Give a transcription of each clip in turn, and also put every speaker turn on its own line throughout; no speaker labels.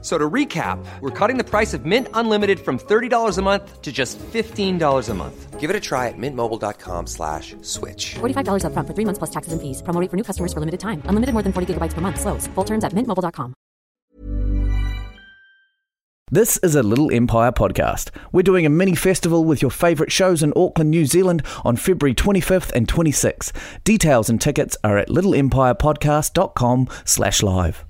So to recap, we're cutting the price of Mint Unlimited from $30 a month to just $15 a month. Give it a try at mintmobile.com slash switch.
$45 upfront for three months plus taxes and fees. Promo rate for new customers for limited time. Unlimited more than 40 gigabytes per month. Slows. Full terms at mintmobile.com.
This is a Little Empire podcast. We're doing a mini festival with your favourite shows in Auckland, New Zealand on February 25th and 26th. Details and tickets are at littleempirepodcast.com slash live.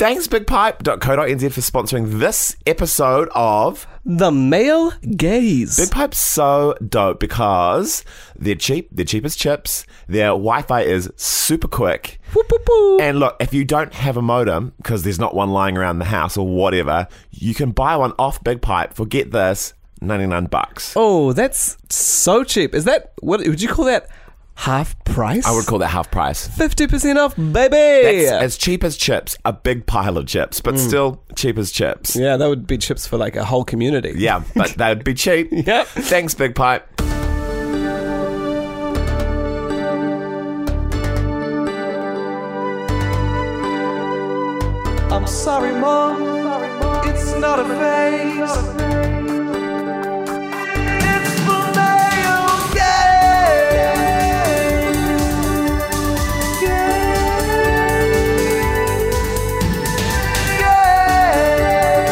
Thanks, BigPipe.co.nz, for sponsoring this episode of
The male gaze.
Big Pipe's so dope because they're cheap, they're cheap as chips, their Wi Fi is super quick. And look, if you don't have a modem, because there's not one lying around the house or whatever, you can buy one off Big Pipe for get this, 99 bucks.
Oh, that's so cheap. Is that what would you call that? Half price?
I would call that half price.
fifty percent off,
That's
baby.
as cheap as chips, a big pile of chips, but still cheap as chips.
Mm. yeah, that would be chips for like a whole community.
Yeah, but that'd be cheap.
Yep.
Thanks, Big Pipe.
I'm sorry, Mom. It's not a phase. It's the male gaze. Gaze.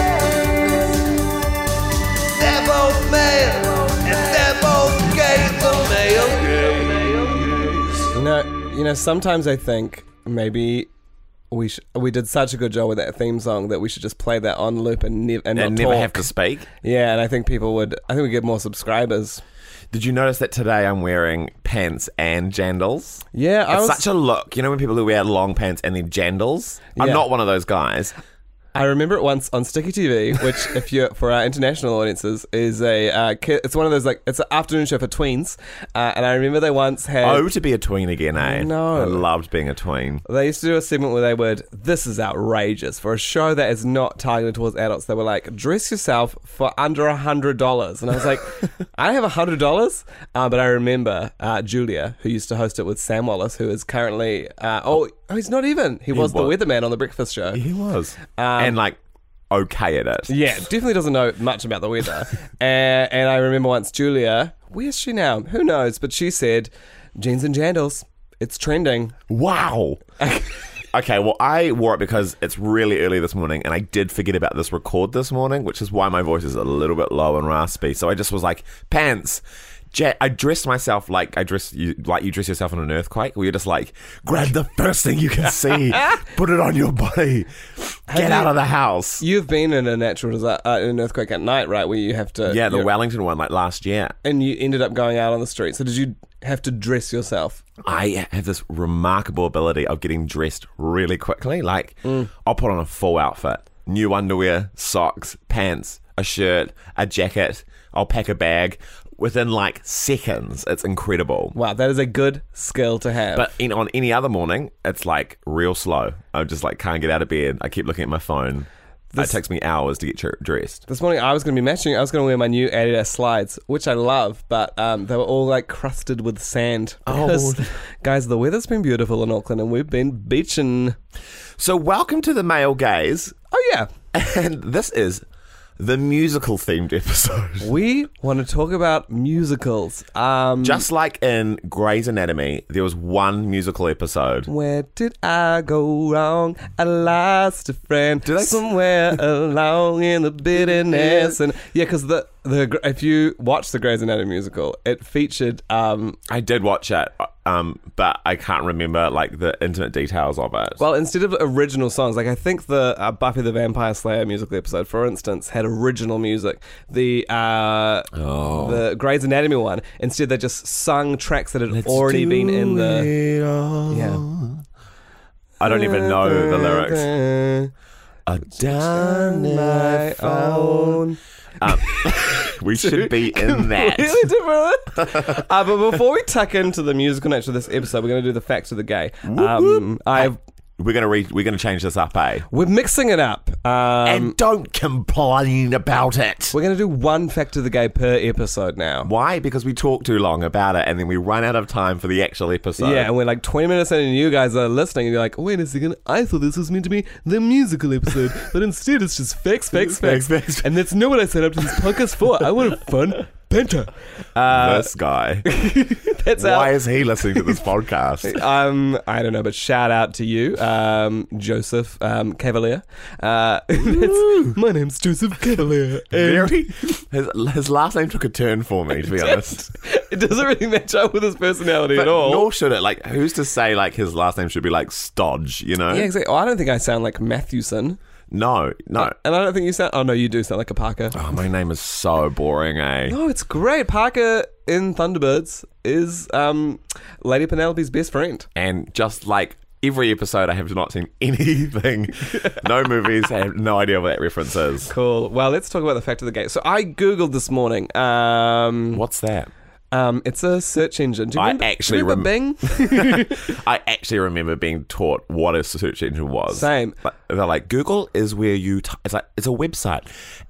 They're both male, and they're both gay. The male gaze.
You know, you know. Sometimes I think maybe we sh- we did such a good job with that theme song that we should just play that on loop and, nev- and,
And
not
never
talk.
have to speak.
Yeah, and I think people would. I think we get more subscribers.
Did you notice that today I'm wearing pants and jandals?
Yeah,
It's
I was.
such a look. You know when people who wear long pants and then jandals? I'm
Yeah.
not one of those guys.
I remember it once on Sticky TV, which, if you are for our international audiences, is a uh, ki- it's one of those like it's an afternoon show for tweens, uh, and I remember they once had.
Oh, to be a tween again, eh?
Uh, No.
I loved being a tween.
They used to do a segment where they would, this is outrageous. For a show that is not targeted towards adults, they were like, dress yourself for under a $100. And I was like, I don't have $100. Uh, but I remember uh, Julia, who used to host it with Sam Wallace, who is currently, uh, oh, oh, he's not even. He, was,
was.
the weatherman on The Breakfast Show.
He was.
Um,
and like, okay at it.
Yeah, definitely doesn't know much about the weather. and, and I remember once Julia, where's she now? Who knows? But she said, jeans and jandals. It's trending.
Wow. okay, well, I wore it because it's really early this morning and I did forget about this record this morning, which is why my voice is a little bit low and raspy. So I just was like, pants. Ja- I dressed myself like I dress you like you dress yourself in an earthquake. Where you're just like, grab the first thing you can see, put it on your body, get out
you-
of the house.
You've been in a natural disaster, uh, in an earthquake at night, right? Where you have to
yeah, the
you're-
Wellington one, like last year.
and you ended up going out on the street. So did you have to dress yourself?
I have this remarkable ability of getting dressed really quickly. Like, I'll put on a full outfit new underwear, socks, pants, a shirt, a jacket. I'll pack a bag within like seconds. It's incredible.
Wow, that is a good skill to have.
But in, on any other morning, it's like real slow. I just like can't get out of bed. I keep looking at my phone. it takes me hours to get tr- dressed.
this morning I was going to be matching. I was going to wear my new Adidas slides, which I love, but um, they were all like crusted with sand.
Oh,
Because, guys, the weather's been beautiful in Auckland, and we've been beaching.
So, welcome to the male gaze.
Oh yeah,
And this is the musical themed episode.
we want to talk about musicals. Um,
Just like in Grey's Anatomy, there was one musical episode.
Where did I go wrong? I lost a friend
they-
somewhere along in the bitterness, and yeah, because the the if you watch the Grey's Anatomy musical, it featured um
I did watch it, um, but I can't remember like the intimate details of it.
well instead of original songs, like I think the uh, Buffy the Vampire Slayer musical episode, for instance, had original music. The uh the Grey's Anatomy one instead they just sung tracks that had already been in the yeah.
I don't even know the lyrics. I done my phone. We should be in that.
Really different. uh, but before we tuck into the musical nature of this episode, we're going to do the facts of the gay. Um, I've
We're gonna re- we're gonna change this up, eh?
We're mixing it up. Um,
and don't complain about it.
we're going to do one fact of the gay per episode now.
Why? Because we talk too long about it, and then we run out of time for the actual episode.
Yeah, and we're like 20 minutes in, and you guys are listening, and you're like, wait a second, I thought this was meant to be the musical episode, but instead it's just facts, facts,
Facts,
facts.
facts.
And that's not what I set up to this podcast for. I want a fun banter. uh,
this guy.
That's
Why
our.
is he listening to this podcast?
Um, I don't know, but shout out to you, um, Joseph um, Cavalier. Uh, that's, my name's Joseph Cavalier. And
Very, his, his last name took a turn for me, to be honest.
it doesn't really match up with his personality at all.
Nor should it. Like, who's to say like his last name should be like Stodge? You know?
yeah, exactly. Oh, I don't think I sound like Matthewson.
No, no.
And I don't think you sound. Oh, no, you do sound like a Parker.
Oh, my name is so boring, eh?
No, it's great. Parker in Thunderbirds is um, Lady Penelope's best friend.
And just like every episode, I have not seen anything. no movies. I have no idea what that reference is.
Cool. Well, let's talk about the fact of the gate. So I googled this morning. Um,
What's that?
um it's a search engine. Do you
I
remember, do you
actually
remember
rem-
Bing?
I actually remember being taught what a search engine was.
Same.
But they're like, Google is where you. T- it's like it's a website,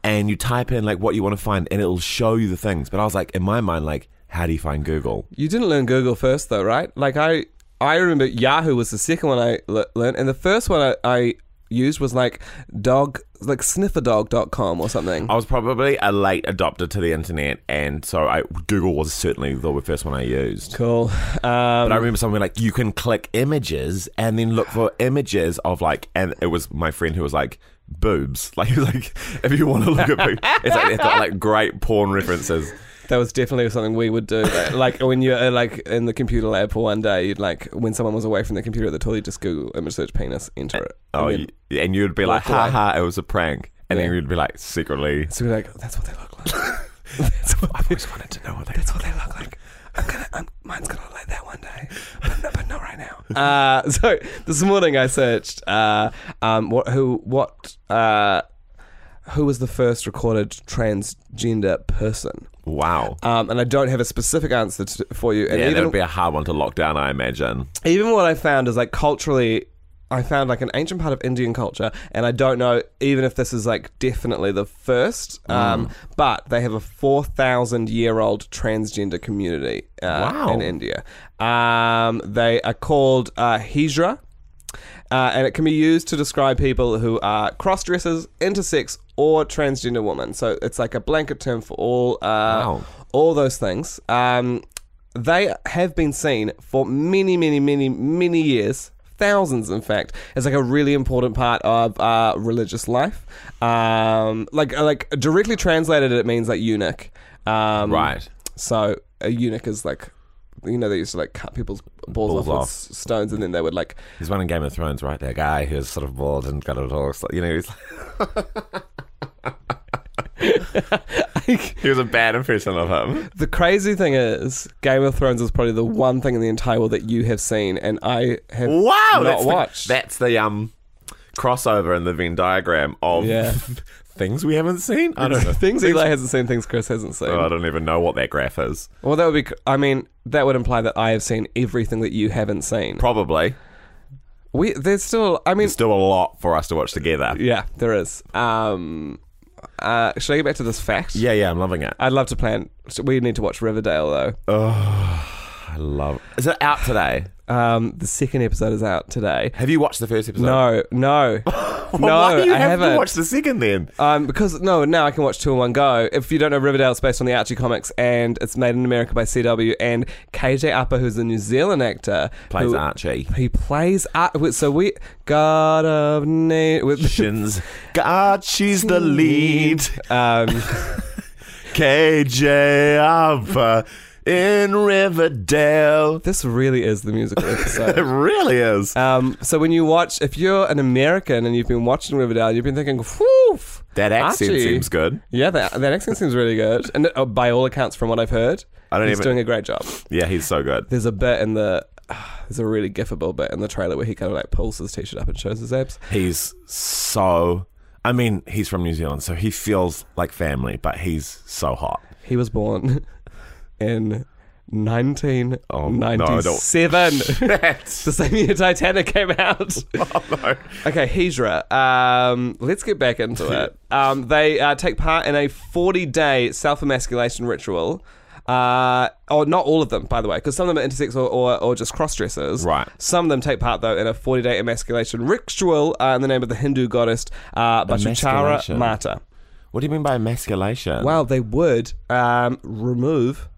and you type in like what you want to find, and it'll show you the things. But I was like, in my mind, like, how do you find Google?
you didn't learn Google first, though, right? Like I, I remember Yahoo was the second one I le- learned, and the first one I, I used was like dog, like snifferdog.com or something.
I was probably a late adopter to the internet, and so I Google was certainly the first one I used.
Cool. Um,
But I remember something like you can click images and then look for images of like, and it was my friend who was like boobs. Like, he was like if you want to look at boobs, it's like they've got like great porn references.
That was definitely something we would do. like when you're uh, like in the computer lab for one day, you'd like when someone was away from the computer at the toilet, you just Google image search penis, enter it.
Oh,
and then-
and, you, and you'd be like,
walk
ha
away.
ha, it was a prank. And then
Yeah.
you'd be like, secretly.
so we're like, that's what they look like.
I've always wanted to know what they
That's what they look like. I'm gonna, I'm, mine's gonna look like that one day, but, no, but not right now. Uh, so this morning I searched, uh, um, what, who, what, uh, who was the first recorded transgender person?
Wow.
Um, and I don't have a specific answer to, for you. Mm. And
yeah, that
even-
would be a hard one to lock down, I imagine.
even what I found is like culturally, I found like an ancient part of Indian culture, and I don't know even if this is like definitely the first,
Mm.
um, but they have a 4,000 year old transgender community uh,
Wow.
in India. Um, they are called uh, Hijra. Uh, and it can be used to describe people who are cross dressers, intersex, or transgender women. So it's like a blanket term for all uh,
Wow.
all those things. Um, they have been seen for many, many, many, many years, thousands, in fact, as like a really important part of uh, religious life. Um, like, like directly translated, it means like eunuch. Um,
Right.
So a eunuch is like. You know, they used to like cut people's balls,
Balls
off, with
off.
s- stones, and then they would like
There's one in Game of Thrones, right? That guy who's sort of bald and got it all. You know, he's like. he was a bad impression of him.
The crazy thing is, Game of Thrones is probably the one thing in the entire world that you have seen, and I have
Wow!
not
that's
watched.
The, that's the um crossover in the Venn diagram of
Yeah.
things we haven't seen. I don't know.
things Eli hasn't seen, things Chris hasn't seen.
I don't even know what that graph is.
Well, that would be. cr- I mean, that would imply that I have seen everything that you haven't seen.
Probably.
We there's still. I mean,
There's still a lot for us to watch together.
yeah, there is. Um, uh, should I get back to this fact?
Yeah, yeah, I'm loving it.
I'd love to plan. so We need to watch Riverdale though.
Oh. I love. Is it out today?
Um, the second episode is out today.
Have you watched the first episode?
No, no,
Well,
no.
why do you
I
have
haven't
to watch the second then?
Um, because no, now I can watch two in one go. If you don't know, Riverdale is based on the Archie comics, and it's made in America by CW. And KJ Upper, who's a New Zealand actor,
Plays
who-
Archie.
He plays Archie. So we God of Na- with
Shins. God, she's the lead.
um,
KJ Alpha in Riverdale.
this really is the musical
It
episode.
really is.
Um, so when you watch, if you're an American and you've been watching Riverdale, you've been thinking, "Whew,
that accent
Archie."
seems good.
Yeah, that, that accent seems really good, and uh, by all accounts, from what I've heard,
I don't
he's
even-
doing a great job.
Yeah, he's so good.
there's a bit in the there's a really gifable bit in the trailer where he kind of like pulls his t-shirt up and shows his abs.
He's so. I mean, he's from New Zealand, so he feels like family, but he's so hot.
He was born in
Oh,
1997. the same year Titanic came out. Okay, Hijra. Um, let's get back into it. Um, they uh, take part in a 40 day self emasculation ritual. Uh, oh, not all of them, by the way, because some of them are intersex or, or, or just cross dressers.
Right.
Some of them take part, though, in a 40 day emasculation ritual uh, in the name of the Hindu goddess uh, Bhattacharya
Emasculation.
Mata.
What do you mean by emasculation?
Well, they would um, remove.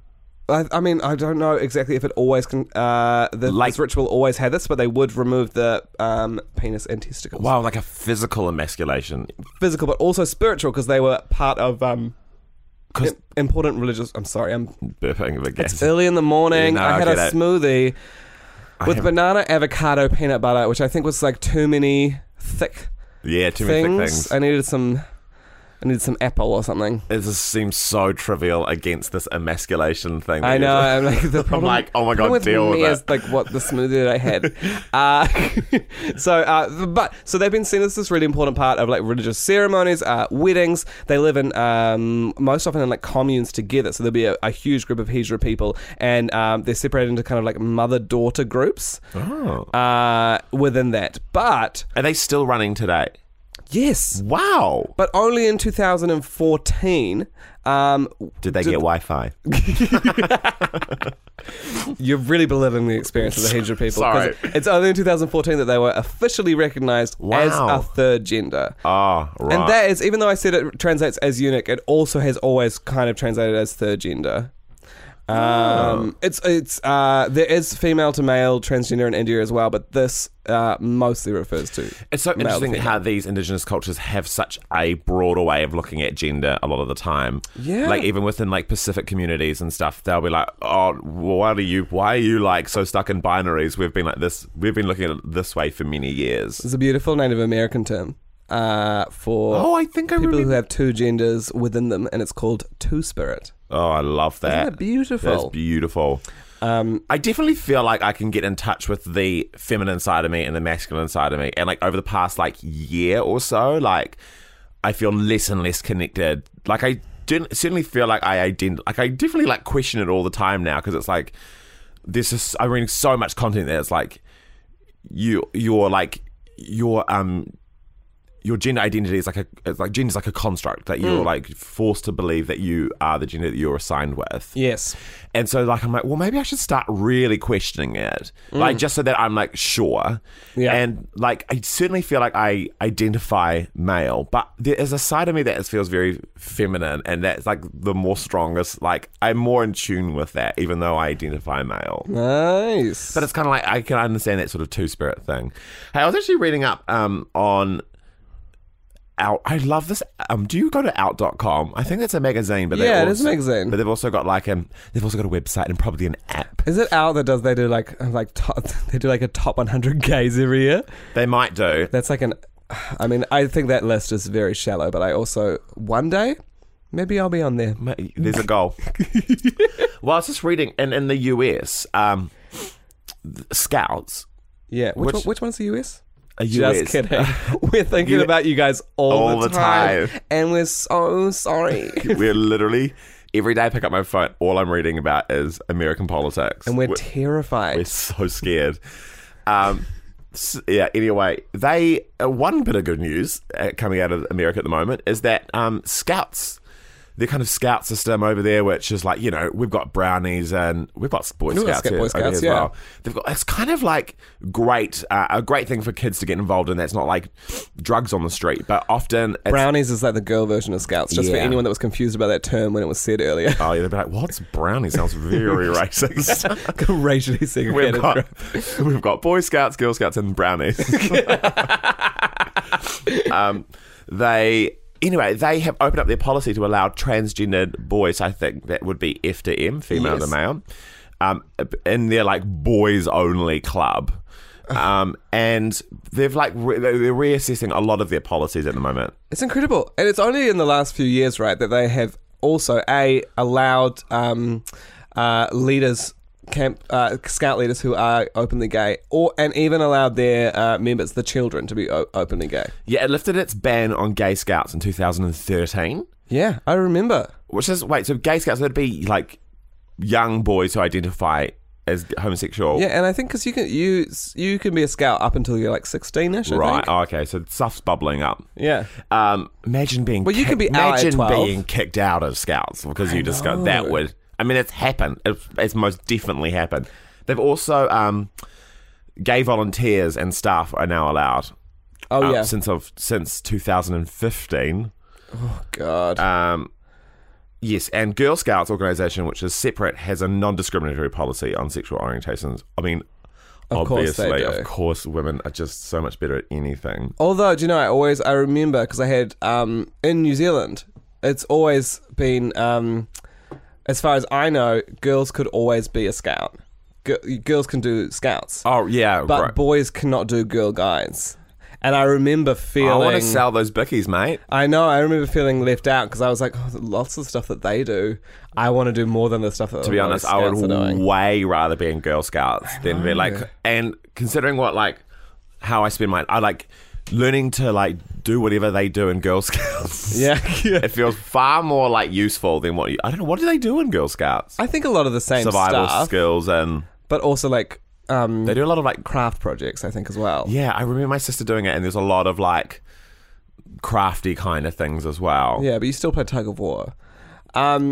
I, I mean, I don't know exactly if it always can. Uh, the
Like-
this ritual always had this, but they would remove the um, penis and testicles.
wow, like a physical emasculation.
Physical, but also spiritual, because they were part of um,
'Cause-
im- important religious. I'm sorry, I'm
Burping of a gas.
early in the morning.
No,
I had
okay,
a
that-
smoothie with
haven't-
banana, avocado, peanut butter, which I think was like too many thick
yeah, too many
things.
thick things.
I needed some. I needed some apple or something.
it just seems so trivial against this emasculation thing. that
I
you're
know.
just-
I'm like the problem.
like, oh my God,
problem with
deal with
me
it.
is like what the smoothie that I had. Uh, so, uh, but so they've been seen as this really important part of like religious ceremonies, uh, weddings. They live in um, most often in like communes together. So there'll be a, a huge group of Hijra people, and um, they're separated into kind of like mother daughter groups
Oh.
uh, within that. But
Are they still running today?
yes.
Wow.
But only in 2014, um,
Did they get Wi Fi?
You're really belittling the experience of the Hijra people. 'cause
Sorry.
It's only in 2014 that they were officially recognized as
Wow.
a third gender.
Oh, right.
And that is, even though I said it translates as eunuch, it also has always kind of translated as third gender.
Oh.
Um, It's it's uh, there is female to male transgender in India as well, but this uh, mostly refers to.
It's so
male to
interesting
female.
how these indigenous cultures have such a broader way of looking at gender a lot of the time.
Yeah.
Like even within like Pacific communities and stuff, they'll be like, "Oh, why do you? Why are you like so stuck in binaries? We've been like this. We've been looking at it this way for many years."
It's a beautiful Native American term uh, for
Oh, I think I
people who
remember-
have two genders within them, and it's called two spirit.
Oh, I love that.
that beautiful?
That's beautiful. Um, I definitely feel like I can get in touch with the feminine side of me and the masculine side of me, and like over the past like year or so, like I feel less and less connected. Like I didn't certainly feel like I ident- like I definitely like question it all the time now because it's like this is I'm reading so much content that it's like you you're like your um your gender identity is like a it's like gender is like a construct that you're like forced to believe that you are the gender that you're assigned with.
Yes.
And so like I'm like, well maybe I should start really questioning it. Like just so that I'm like sure.
Yeah.
And like I certainly feel like I identify male, but there is a side of me that feels very feminine and that's like the more strongest like I'm more in tune with that even though I identify male.
Nice.
But it's kind of like I can understand that sort of two spirit thing. Hey, I was actually reading up um, on out. I love this. Um, do you go to out.com? I think that's a magazine, but they
Yeah, it
also,
is a magazine.
But they've also got like um, they've also got a website and probably an app.
Is it out that does they do like like top, they do like a top 100 gays every year?
They might do.
That's like an. I mean, I think that list is very shallow, but I also one day maybe I'll be on there.
Ma- There's a goal. well, I was just reading, and in the US, um, th- scouts.
Yeah, which
Which-
one, which one's the US?
A US,
Just kidding. We're thinking
You-
about you guys all,
All
the,
the
time,
time.
and we're so sorry.
We're literally every day I pick up my phone. All I'm reading about is American politics,
and we're
Wh-
terrified.
We're so scared. Um, s yeah. Anyway, they uh, one bit of good news uh, coming out of America at the moment is that um, scouts, the kind of scout system over there, which is like you know we've got brownies and we've got Boy
We've got
Scouts,
Scout-
here,
Boy
over here
Scouts,
as
yeah.
well. They've got it's kind of like great uh, a great thing for kids to get involved in. That's not like drugs on the street, but often it's,
Brownies is like the girl version of Scouts. Just for
Yeah.
anyone that was confused about that term when it was said earlier,
Oh yeah, they'd be like, "What's brownie?" Sounds very racist.
racially
we've
segregated.
got we've got Boy Scouts, Girl Scouts, and brownies. um, they anyway they have opened up their policy to allow transgendered boys. I think that would be F to M, female to
Yes.
male, um, in their like boys only club. Um, and they've like re- they're reassessing a lot of their policies at the moment.
It's incredible, and it's only in the last few years, right, that they have also a allowed um, uh, leaders, camp uh, scout leaders who are openly gay, or and even allowed their uh, members, the children, to be o- openly gay.
Yeah, it lifted its ban on gay scouts in 2013.
Yeah, I remember.
Which is wait, so gay scouts would be like young boys who identify as homosexual.
Yeah, and I think because you can you you can be a scout up until you're like sixteen ish.
Right. Oh, okay. So stuff's bubbling up.
Yeah.
Um, imagine being
Well, you
kick-
could be out at
imagine
12.
being kicked out of Scouts because you just go that would. I mean, it's happened. It's, it's most definitely happened. They've also um, gay volunteers and staff are now allowed.
Oh
um,
yeah.
Since of since 2015.
God.
Um, yes, and Girl Scouts organization, which is separate, has a non-discriminatory policy on sexual orientations. I mean,
Of course they
obviously,
do. Oh,
of course, women are just so much better at anything.
Although, do you know, I always I remember because I had um, in New Zealand, it's always been, um, as far as I know, girls could always be a scout. Gi- girls can do scouts,
Oh yeah,
but
right.
boys cannot do girl guides. And I remember feeling.
I want to sell those bickies, mate.
I know. I remember feeling left out because I was like, oh, lots of stuff that they do. I want to do more than the stuff that.
To be honest, I would way rather be in Girl Scouts than be like. And considering what like how I spend my, I like learning to like do whatever they do in Girl Scouts.
Yeah, yeah.
it feels far more like useful than what you, I don't know. What do they do in Girl Scouts?
I think a lot of the same
Survival
stuff,
skills and
but also like um,
they do a lot of like. cra-
craft projects. I think as well.
Yeah, I remember my sister doing it, and there's a lot of like crafty kind of things as well.
Yeah, but you still play tug of war.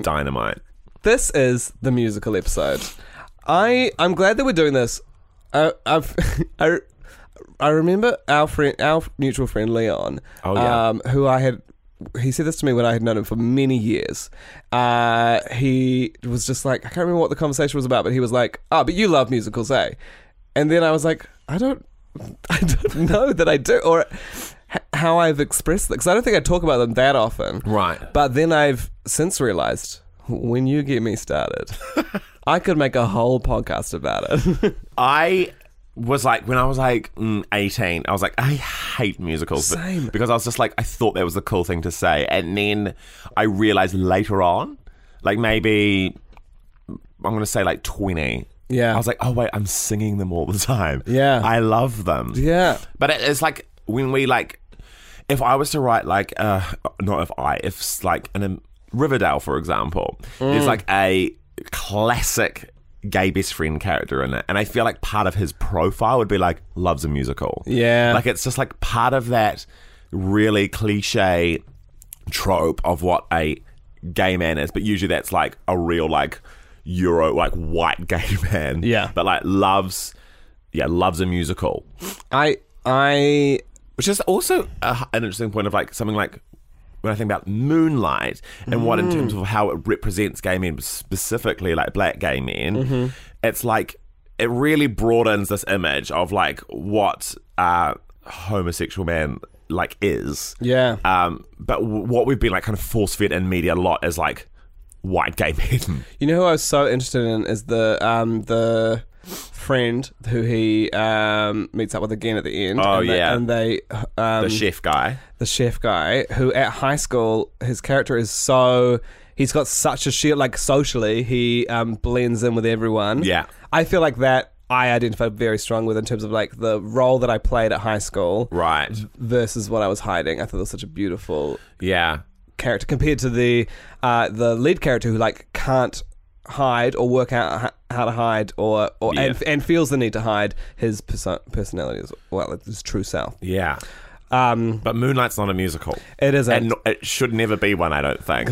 Dynamite.
This is the musical episode. I I'm glad that we're doing this. Uh, I've I, I remember our friend, our mutual friend Leon,
Oh, yeah.
um, who I had. He said this to me when I had known him for many years. Uh, he was just like, I can't remember what the conversation was about, but he was like, "Ah, but you love musicals, eh?" And then I was like, I don't, I don't know that I do, or h- how I've expressed because I don't think I talk about them that often.
Right.
But then I've since realized when you get me started, I could make a whole podcast about it.
I was like when I was like mm, 18 I was like I hate musicals but-
Same.
because I was just like I thought that was the cool thing to say and then I realized later on like maybe I'm going to say like 20
Yeah.
I was like oh wait I'm singing them all the time
Yeah.
I love them
yeah.
but it, it's like when we like, if I was to write like, uh, not if I, if s- like an um, Riverdale, for example, there's
Mm.
like a classic gay best friend character in it, and I feel like part of his profile would be like loves a musical.
Yeah.
like it's just like part of that really cliche trope of what a gay man is, but usually that's like a real like Euro like white gay man.
Yeah.
but like loves. Yeah, loves a musical
I I
which is also a, an interesting point of like something like when I think about Moonlight and what in terms of
Mm.
how it represents gay men specifically like black gay men,
Mm-hmm.
it's like it really broadens this image of like what uh, homosexual man like is.
Yeah.
Um, but w- what we've been like kind of force fed in media a lot is like white gay men.
You know who I was so interested in is the um the friend who he um meets up with again at the end.
Oh,
and they,
yeah.
and they um,
the chef guy.
the chef guy who at high school his character is so he's got such a shield like socially he um, blends in with everyone
Yeah.
i feel like that i identified very strong with in terms of like the role that i played at high school
Right.
versus what i was hiding i thought it was such a beautiful
Yeah.
character compared to the uh, the lead character who like can't hide or work out h- how to hide or, or
Yeah.
and, and feels the need to hide his perso- personality as well his true self
Yeah.
um
But Moonlight's not a musical.
it is a
And no- it should never be one, I don't think.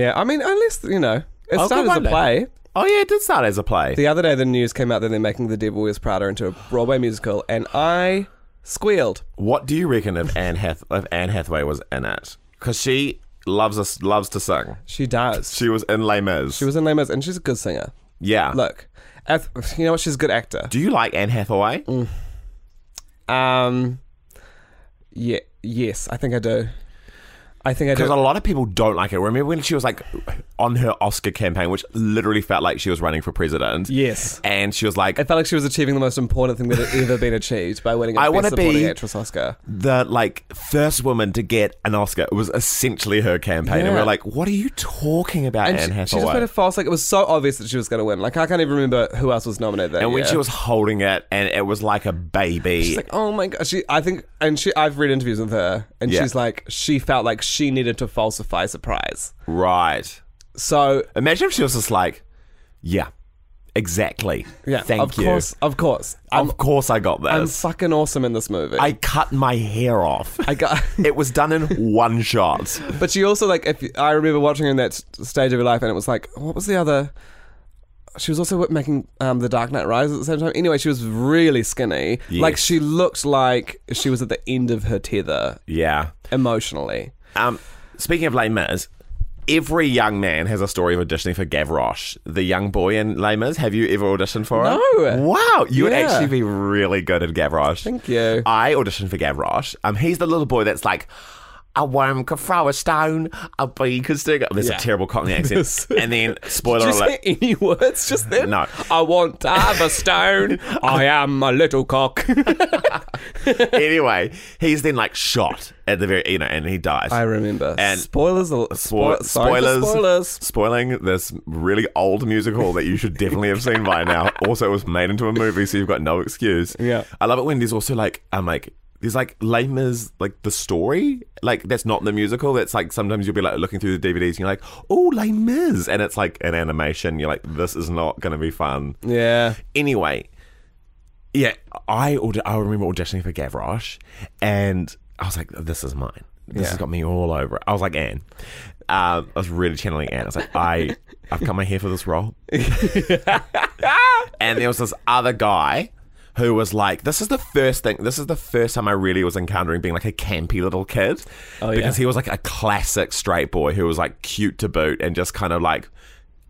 Yeah, I mean, unless you know, it
Oh,
started
good
as a
one day.
play.
Oh yeah, it did start as a play.
The other day, the news came out that they're making The Devil Wears Prada into a Broadway musical, and I squealed.
what do you reckon if Anne Hath- if Anne Hathaway was in it? Because she loves us loves to sing.
She does.
She was in Les Mis.
She was in Les Mis, and she's a good singer.
yeah.
Look, Eth- you know what? She's a good actor.
do you like Anne Hathaway?
Mm-hmm. Um, yeah, yes, I think I do. I think I
Because
do.
a lot of people don't like her. Remember when she was like on her Oscar campaign, which literally felt like she was running for president.
Yes.
and she was like
It felt like she was achieving the most important thing that had ever been achieved by winning a
I
Best
wanna
Supporting
be-
Actress Oscar.
the like first woman to get an Oscar. It was essentially her campaign, and we
Yeah.
we're like, what are you talking about,
And
Anne
she, she
Hathaway?
just made a false, like, it was so obvious that she was going to win. Like, I can't even remember who else was nominated that
and when
year.
she was holding it, and it was like a baby.
She's like, oh my god. She, I think, and she, I've read interviews with her, and
Yeah.
she's like, she felt like she needed to falsify surprise.
right.
So
Imagine if she was just like, Yeah, exactly.
Yeah,
thank
of
you.
course, of course. I'm,
of course, I got
I'm
this.
fucking awesome in this movie.
I cut my hair off.
I got.
it was done in one shot.
But she also like if I remember watching her in that s- stage of her life, and it was like, what was the other? She was also making um, the Dark Knight Rises at the same time. Anyway, she was really skinny. Like
Yes.
she looked like she was at the end of her tether
Yeah.
emotionally.
Um, speaking of Les Mis, every young man has a story of auditioning for Gavroche, the young boy in Les Mis. Have you ever auditioned for it?
No.
Wow, you would
Yeah.
actually be really good at Gavroche.
Thank you.
I auditioned for Gavroche. Um, he's the little boy that's like. A worm can throw a stone, a bee can stick. There's
Yeah.
a terrible Cockney accent. and then, spoiler
Did you
alert.
say any words just then?
No.
I want to have a stone. I am a little cock.
anyway, he's then like shot at the very, you know, and he dies.
I remember.
And-
spoilers. al-
Spo-
Spoil- sorry for
spoilers,
Spoilers.
spoiling this really old musical that you should definitely have seen by now. Also, it was made into a movie, so you've got no excuse.
Yeah.
I love it when there's also like, I'm like, there's like lame is like the story, like that's not the musical. That's like sometimes you'll be like looking through the DVDs and you're like, oh, lame is, and it's like an animation. You're like, this is not going to be fun.
Yeah.
Anyway, yeah, I aud- I remember auditioning for Gavroche, and I was like, "This is mine. This has got me all over." it. I was like, "Anne," um, I was really channeling Anne. I was like, "I I've cut my hair for this role," and there was this other guy. Who was like, this is the first thing, this is the first time I really was encountering being like a campy little kid.
Oh, yeah.
Because he was like a classic straight boy who was like cute to boot and just kind of like,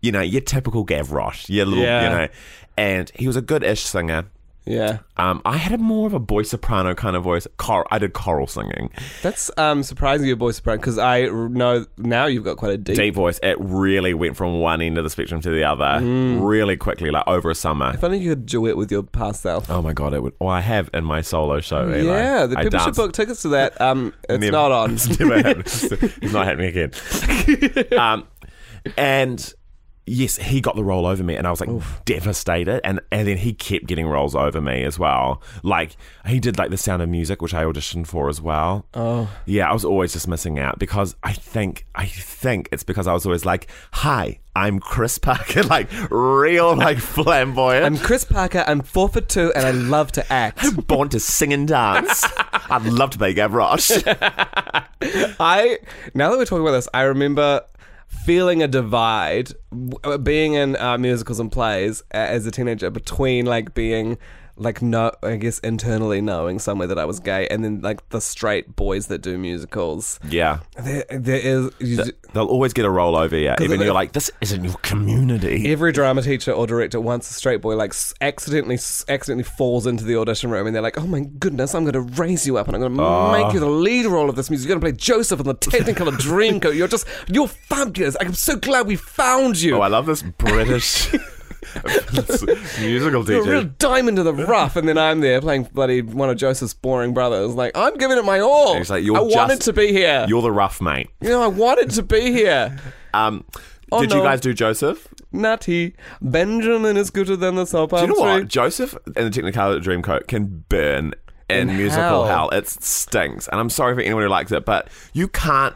you know, your typical Gavroche, your little,
Yeah.
you know. And he was a good ish singer.
Yeah.
Um, I had a more of a boy soprano kind of voice. Chor- I did choral singing,
That's um, surprising your voice soprano because I r- know now you've got quite a deep.
deep voice. It really went from one end of the spectrum to the other really quickly, like over a summer.
Mm. If only you could duet with your past self.
Oh my god! It would. Oh, I have in my solo show. Eli.
yeah, the
I
people should
danced.
book tickets to that. Um, it's
Never-
not on.
it's never happened. It's not happening again. um, and yes, he got the role over me, and I was like devastated. And and then he kept getting roles over me as well. Like he did like the Sound of Music, which I auditioned for as well. Oh, yeah, I was always just missing out because I think I think it's because I was always like, "Hi, I'm Chris Parker," like real like flamboyant.
I'm Chris Parker. I'm four for two, and I love to act.
born to sing and dance. I'd love to be Gavroche.
I now that we're talking about this, I remember feeling a divide w- being in uh, musicals and plays a- as a teenager between like being like no i guess internally knowing somewhere that i was gay and then like the straight boys that do musicals
yeah.
there, there is you ju-
They'll always get a rollover, yeah. Even
they-
you're like, this isn't your community.
every drama teacher or director wants a straight boy like s- accidentally s- accidentally falls into the audition room and they're like oh my goodness i'm going to raise you up and i'm going to
Ah.
make you the lead role of this music you're going to play joseph in the technicolor dreamcoat you're just you're fabulous i'm so glad we found you
Oh, I love this British musical
you're a real
teacher.
diamond in the rough, and then I'm there playing bloody one of Joseph's boring brothers. Like I'm giving it my all.
He's like, you're
I wanted
just-
to be here.
You're the rough mate.
You know, I wanted to be here.
Um,
Oh,
did
no.
you guys do Joseph?
Natty Benjamin is gooder than the soap.
Do you know what? Joseph and the Technicolor Dreamcoat can burn in,
In
musical hell.
hell.
It stinks. And I'm sorry for anyone who likes it, but you can't.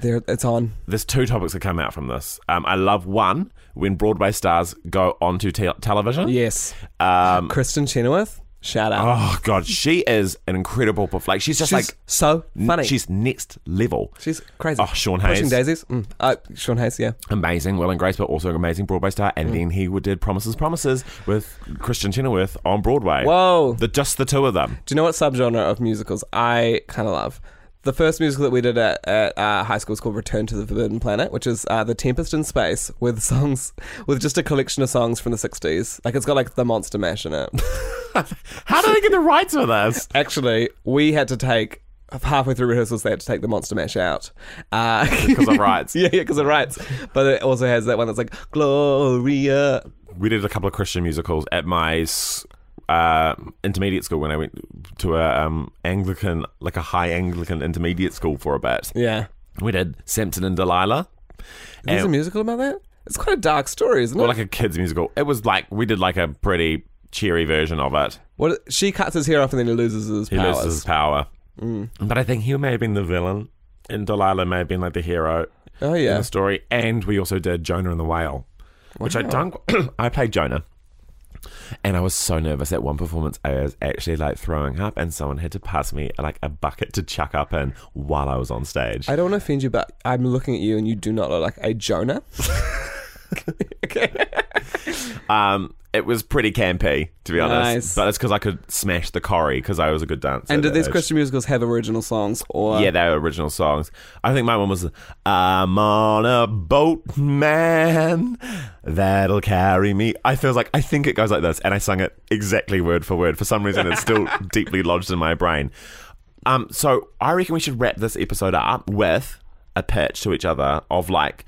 there it's on.
there's two topics that come out from this. Um, I love one when Broadway stars go onto te- television.
Yes.
Um,
Kristen Chenoweth, shout out.
oh god, she is an incredible perf- like she's just
she's
like
so
n-
funny.
She's next level.
she's crazy.
Oh, Sean
Pushing
Hayes,
daisies. Mm. Uh, Sean Hayes, yeah.
amazing Will and Grace, but also an amazing Broadway star.
Mm.
And then he did Promises, Promises with Christian Chenoweth on Broadway.
Whoa.
the just the two of them.
Do you know what subgenre of musicals I kind of love? The first musical that we did at, at uh, high school is called Return to the Forbidden Planet, which is uh, The Tempest in Space with songs, with just a collection of songs from the 60s. Like, it's got like the Monster Mash in it.
How did they get the rights for this?
Actually, we had to take, halfway through rehearsals, they had to take the Monster Mash out. Uh,
Because of rights.
yeah, yeah, because it writes. But it also has that one that's like, Gloria.
we did a couple of Christian musicals at my s- uh, intermediate school when I went to a um, Anglican, like a high Anglican intermediate school for a bit.
Yeah.
We did Samson and Delilah.
There's a
And-
musical about that? It's quite a dark story, isn't it?
Or like a kids musical. It was like we did like a pretty cheery version of it.
what, she cuts his hair off and then he loses his
He
powers. Mm.
loses his power, but I think he may have been the villain, and Delilah may have been like the hero
Oh,
in
yeah.
the story. And we also did Jonah and the Whale, which I don't. I played Jonah. And I was so nervous at one performance. I was actually like throwing up, and someone had to pass me like a bucket to chuck up in while I was on stage.
I don't want to offend you, but I'm looking at you and you do not look like a Jonah.
Um, it was pretty campy, to be honest.
Nice.
But it's because I could smash the choreo because I was a good dancer.
and
at
did
that
these
age.
Christian musicals have original songs or
Yeah, they were original songs. I think my one was "I'm on a boat, man, that'll carry me." I feels like I think it goes like this, and I sung it exactly word for word. For some reason, it's still deeply lodged in my brain. Um, so I reckon we should wrap this episode up with a pitch to each other of like.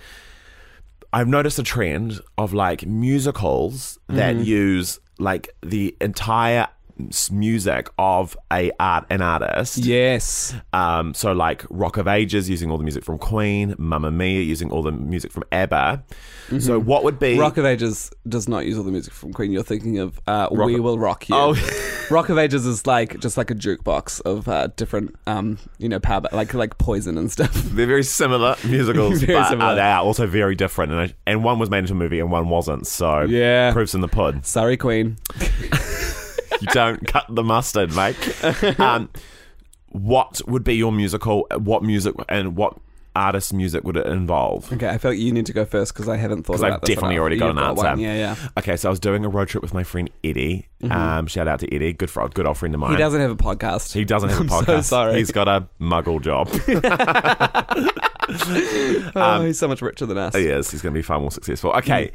I've noticed a trend of like musicals that use like the entire s- music of a art an artist.
Yes.
Um, so like Rock of Ages using all the music from Queen, Mamma Mia using all the music from ABBA. So what would be
Mm-hmm. Rock of Ages does not use all the music from Queen. You're thinking of uh, We
of-
Will Rock You.
Oh.
Rock of Ages is like just like a jukebox of uh, different, um, you know, power, like like Poison and stuff.
They're very similar musicals,
Very
but uh,
similar.
they are also very different. And, I, and one was made into a movie and one wasn't. So
Yeah.
proofs in the pudding.
Sorry, Queen.
You don't cut the mustard, mate. Um, what would be your musical? What music and what artist music would it involve?
Okay, I feel like you need to go first because I haven't thought
Because
about
I've
this at
definitely
all.
already got
You've
an answer.
one, Yeah, yeah.
Okay, so I was doing a road trip with my friend Eddie. Um, shout out to Eddie, good fr- good old friend of mine.
He doesn't have a podcast.
He doesn't have a
I'm so
podcast.
sorry.
He's got a muggle job.
oh,
um,
he's so much richer than us.
he is. He's going to be far more successful. Okay.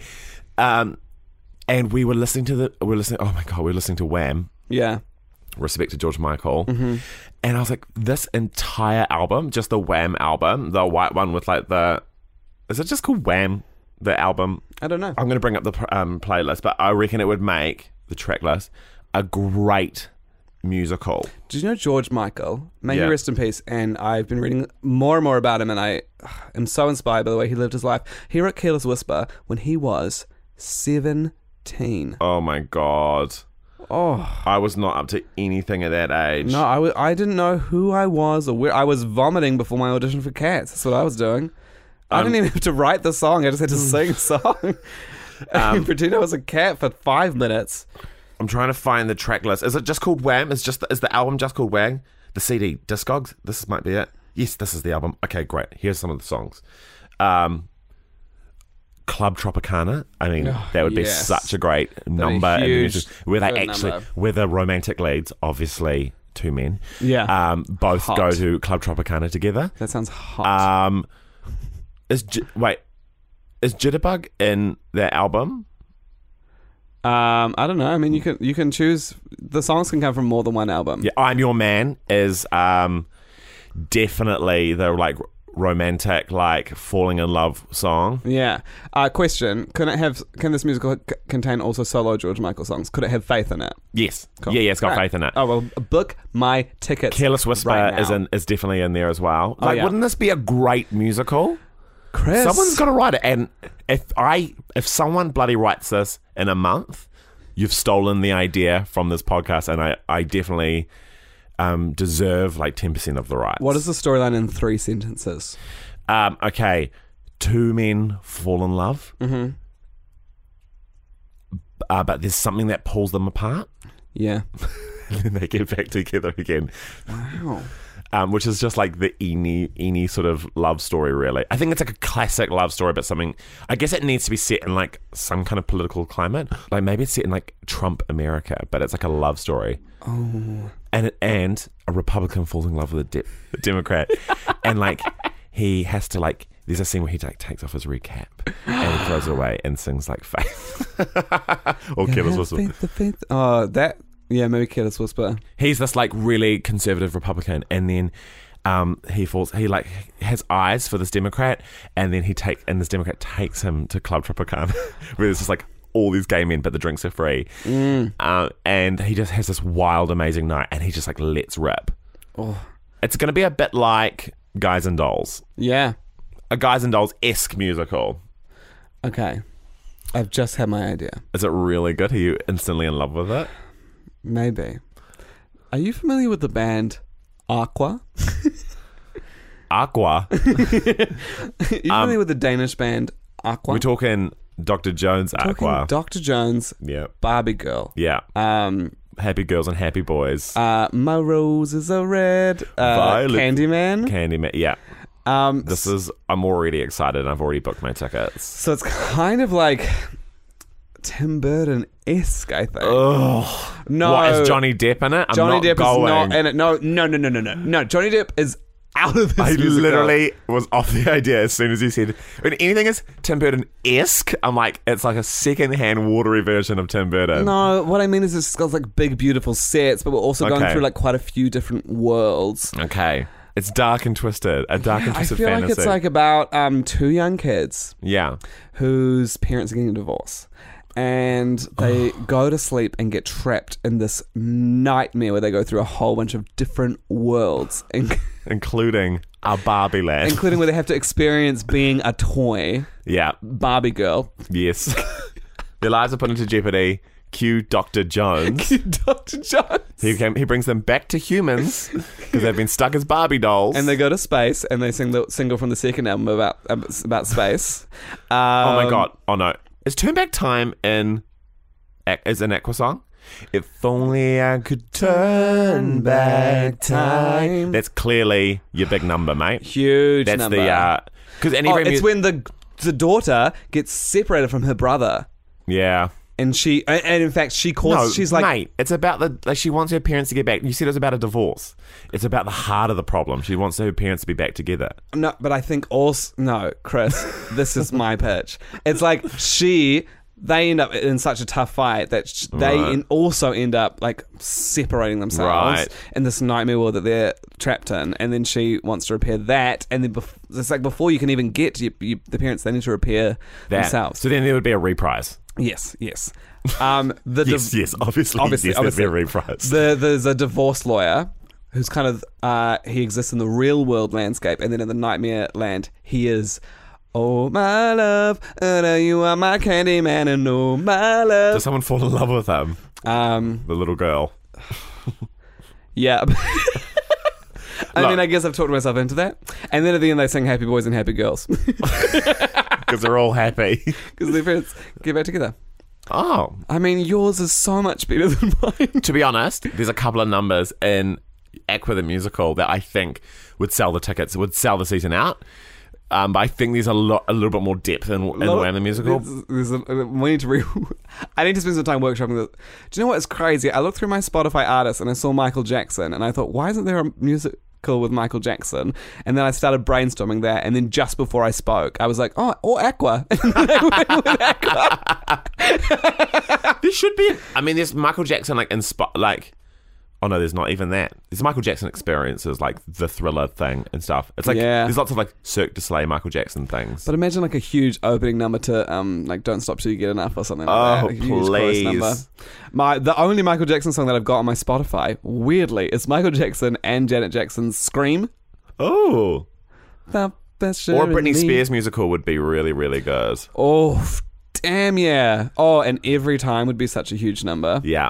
Um, and we were listening to the. We're listening. Oh my god, we're listening to Wham.
Yeah.
respect to George Michael.
Mm-hmm.
And I was like, this entire album, just the Wham album, the white one with like the, is it just called Wham? The album.
I don't know.
I'm going to bring up the um, playlist, but I reckon it would make the track list a great musical.
Do you know George Michael? May
Yeah.
he rest in peace. And I've been reading more and more about him, and I am so inspired by the way he lived his life. He wrote Careless Whisper when he was 17.
Oh my god.
Oh.
I was not up to anything at that age.
No, I, w- I didn't know who I was or where. I was vomiting before my audition for Cats. That's what I was doing. I didn't even have to write the song. I just had to sing a song. and pretend I was a cat for five minutes.
I'm trying to find the track list. Is it just called Wham? Is just is the album just called Wham? The CD, Discogs. This might be it. Yes, this is the album. Okay, great. Here's some of the songs. Um, Club Tropicana. I mean, that would be
Oh, yes.
such a great number. in the
huge,
music- where they
good
actually,
number.
where the romantic leads, obviously two men.
Yeah.
Um, both
Hot.
go to Club Tropicana together.
That sounds hot.
Um, is J- wait, is Jitterbug in their album?
um, I don't know. I mean, you can you can choose. The songs can come from more than one album.
Yeah, I'm Your Man is um, definitely the like romantic, like falling in love song.
Yeah. Uh, question: Can it have? Can this musical c- contain also solo George Michael songs? Could it have Faith in it?
Yes,
Cool.
yeah, yeah, it's got
Right.
faith in it.
Oh well, book my tickets.
Careless Whisper
right now. Oh,
is in, is definitely in there as well. Like,
yeah.
wouldn't this be a great musical?
Chris.
Someone's got to write it, and if I if someone bloody writes this in a month, you've stolen the idea from this podcast, and I I definitely. Um, deserve like ten percent of the rights.
What is the storyline in three sentences?
Um, okay, two men fall in love, mm-hmm. uh, but there's something that pulls them apart,
Yeah.
and then they get back together again.
Oh.
Wow. Um, which is just like the any any sort of love story, really. I think it's like a classic love story, but something. I guess it needs to be set in like some kind of political climate. Like maybe it's set in like Trump America, but it's like a love story. Oh. And and a Republican falls in love with a, de- a Democrat, and like he has to like. There's a scene where he like takes off his red cap and he throws it away and sings like "Faith" or "Killer's
Have
Whistle."
Faith, the faith. Oh, that. Yeah, maybe Careless Whisper.
he's this like really conservative Republican, and then um, he falls. He like has eyes for this Democrat, and then he take and this Democrat takes him to Club Tropicana, where there's just like all these gay men, but the drinks are free. Um, and he just has this wild, amazing night, and he just like lets rip. It's gonna be a bit like Guys and Dolls,
Yeah.
a Guys and Dolls esque musical.
Okay. I've just had my idea.
Is it really good? Are you instantly in love with it?
Maybe. Are you familiar with the band Aqua?
Aqua.
Are you
Um,
familiar with the Danish band Aqua?
We're talking Dr. Jones
Talking
Aqua.
Dr. Jones,
yeah.
Barbie Girl.
Yeah.
Um,
Happy girls and happy boys.
uh, my roses are red. Uh,
Violet-
Candyman.
Candyman. Yeah,
Um,
this is. I'm already excited. and I've already booked my tickets.
so it's kind of like Tim Burton esque, I think.
Oh
no,
What is Johnny Depp in it? I'm
Johnny
not
Depp
going.
is not in it. No, no, no, no, no, no. No, Johnny Depp is out of this.
I
musical.
literally was off the idea as soon as you said. When anything is Tim Burton esque, I'm like, it's like a second hand watery version of Tim Burton.
No, what I mean is it's got like big, beautiful sets, but we're also going
Okay.
through like quite a few different worlds.
Okay, it's dark and twisted. A dark and
I
twisted
feel
fantasy.
like it's like about um, two young kids
yeah,
whose parents are getting a divorce. and they
Oh.
go to sleep and get trapped in this nightmare where they go through a whole bunch of different worlds, in-
including a Barbie land.
including where they have to experience being a toy
yeah.
Barbie girl.
Yes. Their lives are put into jeopardy. Cue Dr. Jones.
Dr. Jones.
He, came, he brings them back to humans because they've been stuck as Barbie dolls.
and they go to space and they sing the single from the second album about about space. Um,
oh my god! Oh no! Is "Turn Back Time" in is an Aqua song? If only I could turn back time. That's clearly your big number, mate.
Huge
That's
number.
the because any
oh,
very
it's
mu-
when the the daughter gets separated from her brother,
yeah.
and she and- and in fact she calls.
No,
she's like,
mate, it's about the like she wants her parents to get back. You said it was about a divorce. It's about the heart of the problem. She wants her parents to be back together.
no, but I think also no, Chris. this is my pitch. It's like she. They end up in such a tough fight that sh- they
Right.
en- also end up like separating themselves
Right.
in this nightmare world that they're trapped in, and then she wants to repair that, and then bef- it's like before you can even get to your, your, the parents, they need to repair
That.
themselves.
So then there would be a reprise.
yes, yes. Um, the
Yes,
div-
yes, obviously,
obviously,
yes,
obviously.
there'd be a reprise.
The, there's a divorce lawyer who's kind of uh, he exists in the real world landscape, and then in the nightmare land, he is. Oh my love, uh, you are my candy man, and oh my
Does
love.
someone fall in love with him?
Um,
The little girl.
yeah. I
Look.
mean, I guess I've talked myself into that. And then at the end, they sing "Happy Boys and Happy Girls"
because they're all happy.
because their parents get back together.
Oh,
I mean, yours is so much better than mine.
to be honest, there's a couple of numbers in Aqua the musical that I think would sell the tickets, would sell the season out. Um, but I think there's a lot, a little bit more depth in, in Wham the musical.
There's, there's a, we need to re- I need to spend some time workshopping this. Do you know what's crazy? I looked through my Spotify artists and I saw Michael Jackson and I thought, why isn't there a musical with Michael Jackson? And then I started brainstorming that. And then just before I spoke, I was like, oh, or Aqua. And then I went with Aqua.
There should be. I mean, there's Michael Jackson like in spot like. Oh no, there's not even that. There's Michael Jackson experiences like the thriller thing and stuff. It's like
Yeah.
there's lots of like Cirque du Soleil Michael Jackson things.
But imagine like a huge opening number to um like "Don't Stop Till You Get Enough" or something. Like
Oh,
that. A huge chorus
please.
number. My the only Michael Jackson song that I've got on my Spotify, weirdly, is Michael Jackson and Janet Jackson's "Scream."
oh,
The best
or a
year in
Britney
me.
Spears musical would be really, really good.
Oh, f- damn yeah. Oh, and every time would be such a huge number.
Yeah.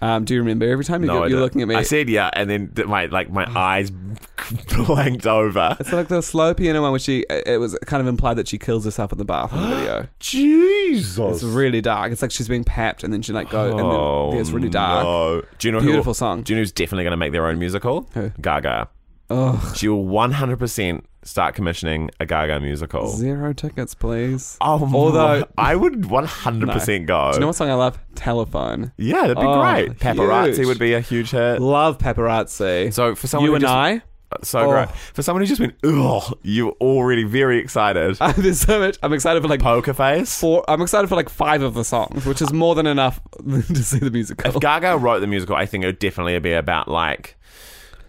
Um, do you remember every time you
No,
go-
I
you're
don't.
looking at me?
I said yeah, and then d- my like my eyes blanked over.
it's like the slow piano one where she, it was kind of implied that she kills herself in the bath in the video.
Jesus,
It's really dark. It's like she's being papped and then she like go, and then yeah, it's really dark.
Oh, No. Do you know
Beautiful
who,
song.
Do you know who's definitely going to make their own musical?
Who?
Gaga.
Ugh.
She will one hundred percent start commissioning a Gaga musical.
Zero tickets, please.
Oh,
Although-
my- I would one hundred percent go.
Do you know what song I love? Telephone.
Yeah, that'd be
Oh,
great. Paparazzi
huge.
would be a huge hit.
Love paparazzi.
So for someone
you
who
and
just,
I.
so
Oh.
great for someone who just went, ugh, you're already very excited.
There's so much. I'm excited for like
Poker face.
four. I'm excited for like five of the songs, which is more than enough to see the musical.
if Gaga wrote the musical, I think it would definitely be about like.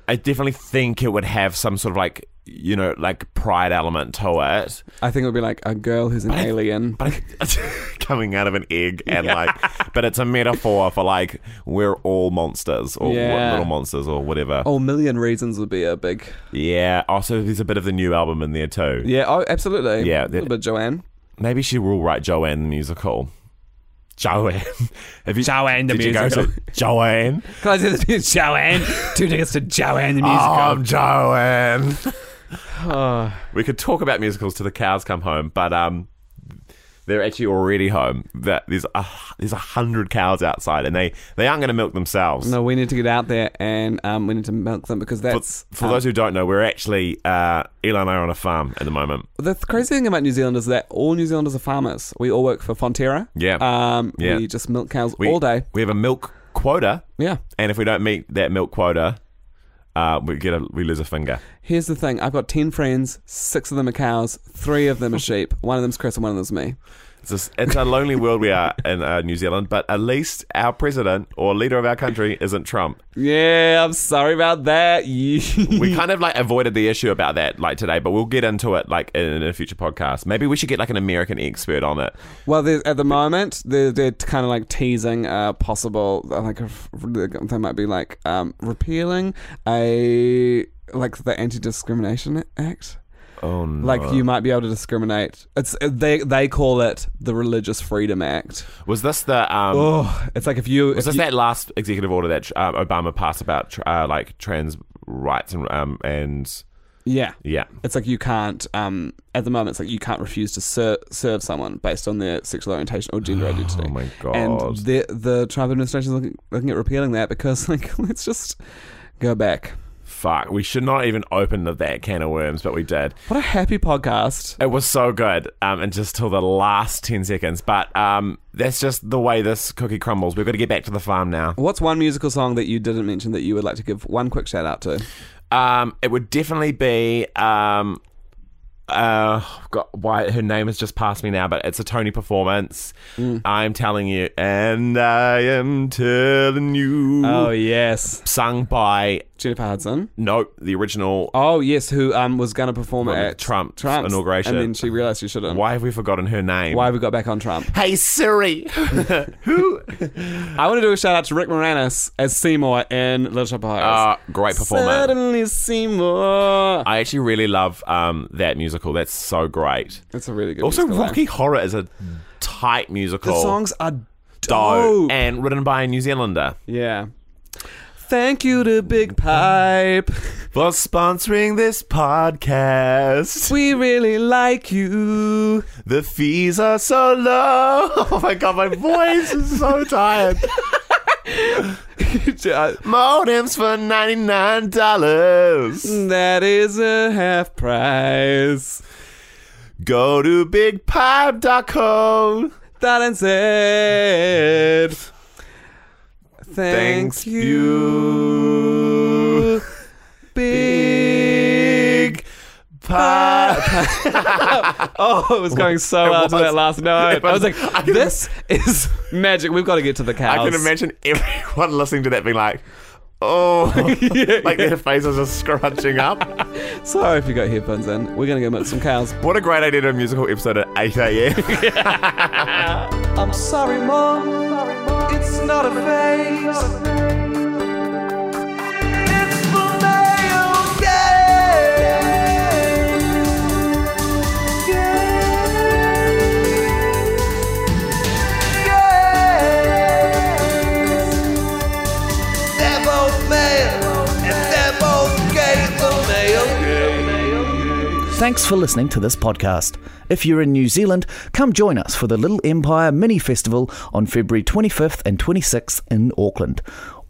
I definitely think it would have some sort of like you know like pride element to it,
I think it would be like a girl who's an alien.
but I- coming out of an egg and like, but it's a metaphor for like we're all monsters or
Yeah.
little monsters or whatever.
Oh, Million Reasons would be a big.
Yeah. Also, there's a bit of the new album in there too.
Yeah, oh, absolutely.
Yeah,
A little
that-
bit Joanne.
Maybe she will write Joanne the musical. Joanne. Have you, Joanne
the
did You go
musical.
to Joanne.
Can I say the Joanne? Two tickets to Joanne the
Oh, Joanne. we could talk about musicals till the cows come home, but um, they're actually already home. That there's a there's a hundred cows outside, and they they aren't going to milk themselves.
No, we need to get out there and um, we need to milk them because
For,
that's.
for
um,
those who don't know, we're actually uh, Eli and I are on a farm at the moment.
The th- crazy thing about New Zealand is that all New Zealanders are farmers. We all work for Fonterra.
Yeah.
Um,
Yeah.
We just milk cows
We,
all day.
We have a milk quota,
Yeah.
and if we don't meet that milk quota, uh, we get a we lose a finger.
Here's the thing I've got 10 friends, six of them are cows, three of them are sheep, one of them's Chris, and one of them's me.
It's a, s- it's a lonely world we are in uh, New Zealand, but at least our president or leader of our country isn't Trump.
Yeah, I'm sorry about that.
We kind of like avoided the issue about that like today, but we'll get into it like in, in a future podcast. Maybe we should get like an American expert on it.
well, there's- at the moment, they're, they're kind of like teasing a possible, like, a, they might be like um, repealing a, like, the Anti Discrimination Act.
Oh no!
Like you might be able to discriminate. It's uh, they they call it the Religious Freedom Act.
was this the um?
Oh, it's like if you
Was
if
this
you-
that last executive order that um, Obama passed about tr- uh, like trans rights and um and
yeah
yeah?
it's like you can't um at the moment it's like you can't refuse to ser- serve someone based on their sexual orientation or gender identity
Oh my
and
god!
the the Trump administration is looking, looking at repealing that because like let's just go back
Fuck! We should not even open the, that can of worms, but we did.
what a happy podcast
It was so good, um, and just till the last ten seconds. But um, that's just the way this cookie crumbles. We've got to get back to the farm now.
what's one musical song that you didn't mention that you would like to give one quick shout out to
Um, it would definitely be um, uh, God, why her name has just passed me now, but it's a Tony performance.
Mm.
I'm telling you, and I am telling you.
Oh, yes
sung by
Jennifer Hudson
no the original.
oh yes who um was gonna perform
Well,
at
Trump's
Trump's
inauguration.
and then she realized she shouldn't
Why have we forgotten her name?
why we got back on Trump
Hey Siri, who?
I want to do a shout out to Rick Moranis as Seymour in Little Shop of Horrors.
Uh, great performer.
Suddenly Seymour.
I actually really love um, that musical. That's so great.
That's a really good.
Also,
musical, though.
Rocky Horror is a tight musical.
The songs are
dope
dope.
and written by a New Zealander.
yeah. Thank you to Big Pipe.
For sponsoring this podcast,
We really like you.
the fees are so low. Oh my god, my voice is so tired. Modems for ninety nine dollars.
That is a half price.
Go to bigpipe.com.
That and said. Thanks
Thanks
you. Big.
Big pipe.
Oh, it was going so
It
well to
was.
that last note.
It
I was
was.
like,
I can-
this is magic. We've got to get to the cows.
I can imagine everyone listening to that being like, oh, like their faces are scrunching up.
Sorry if you got headphones in. We're going to go milk some cows.
What a great idea to a musical episode at 8 a.m.
I'm sorry, Mom. It's not a phase. It's the mayonnaise. Gaze. Gaze. They're both male and they're both gay. The mayonnaise.
Thanks for listening to this podcast. If you're in New Zealand, come join us for the Little Empire Mini Festival on February 25th and 26th in Auckland.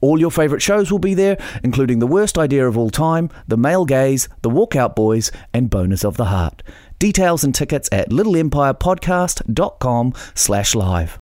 All your favourite shows will be there, including The Worst Idea of All Time, The Male Gaze, The Walkout Boys, and Boners of the Heart. Details and tickets at littleempirepodcast.com slash live.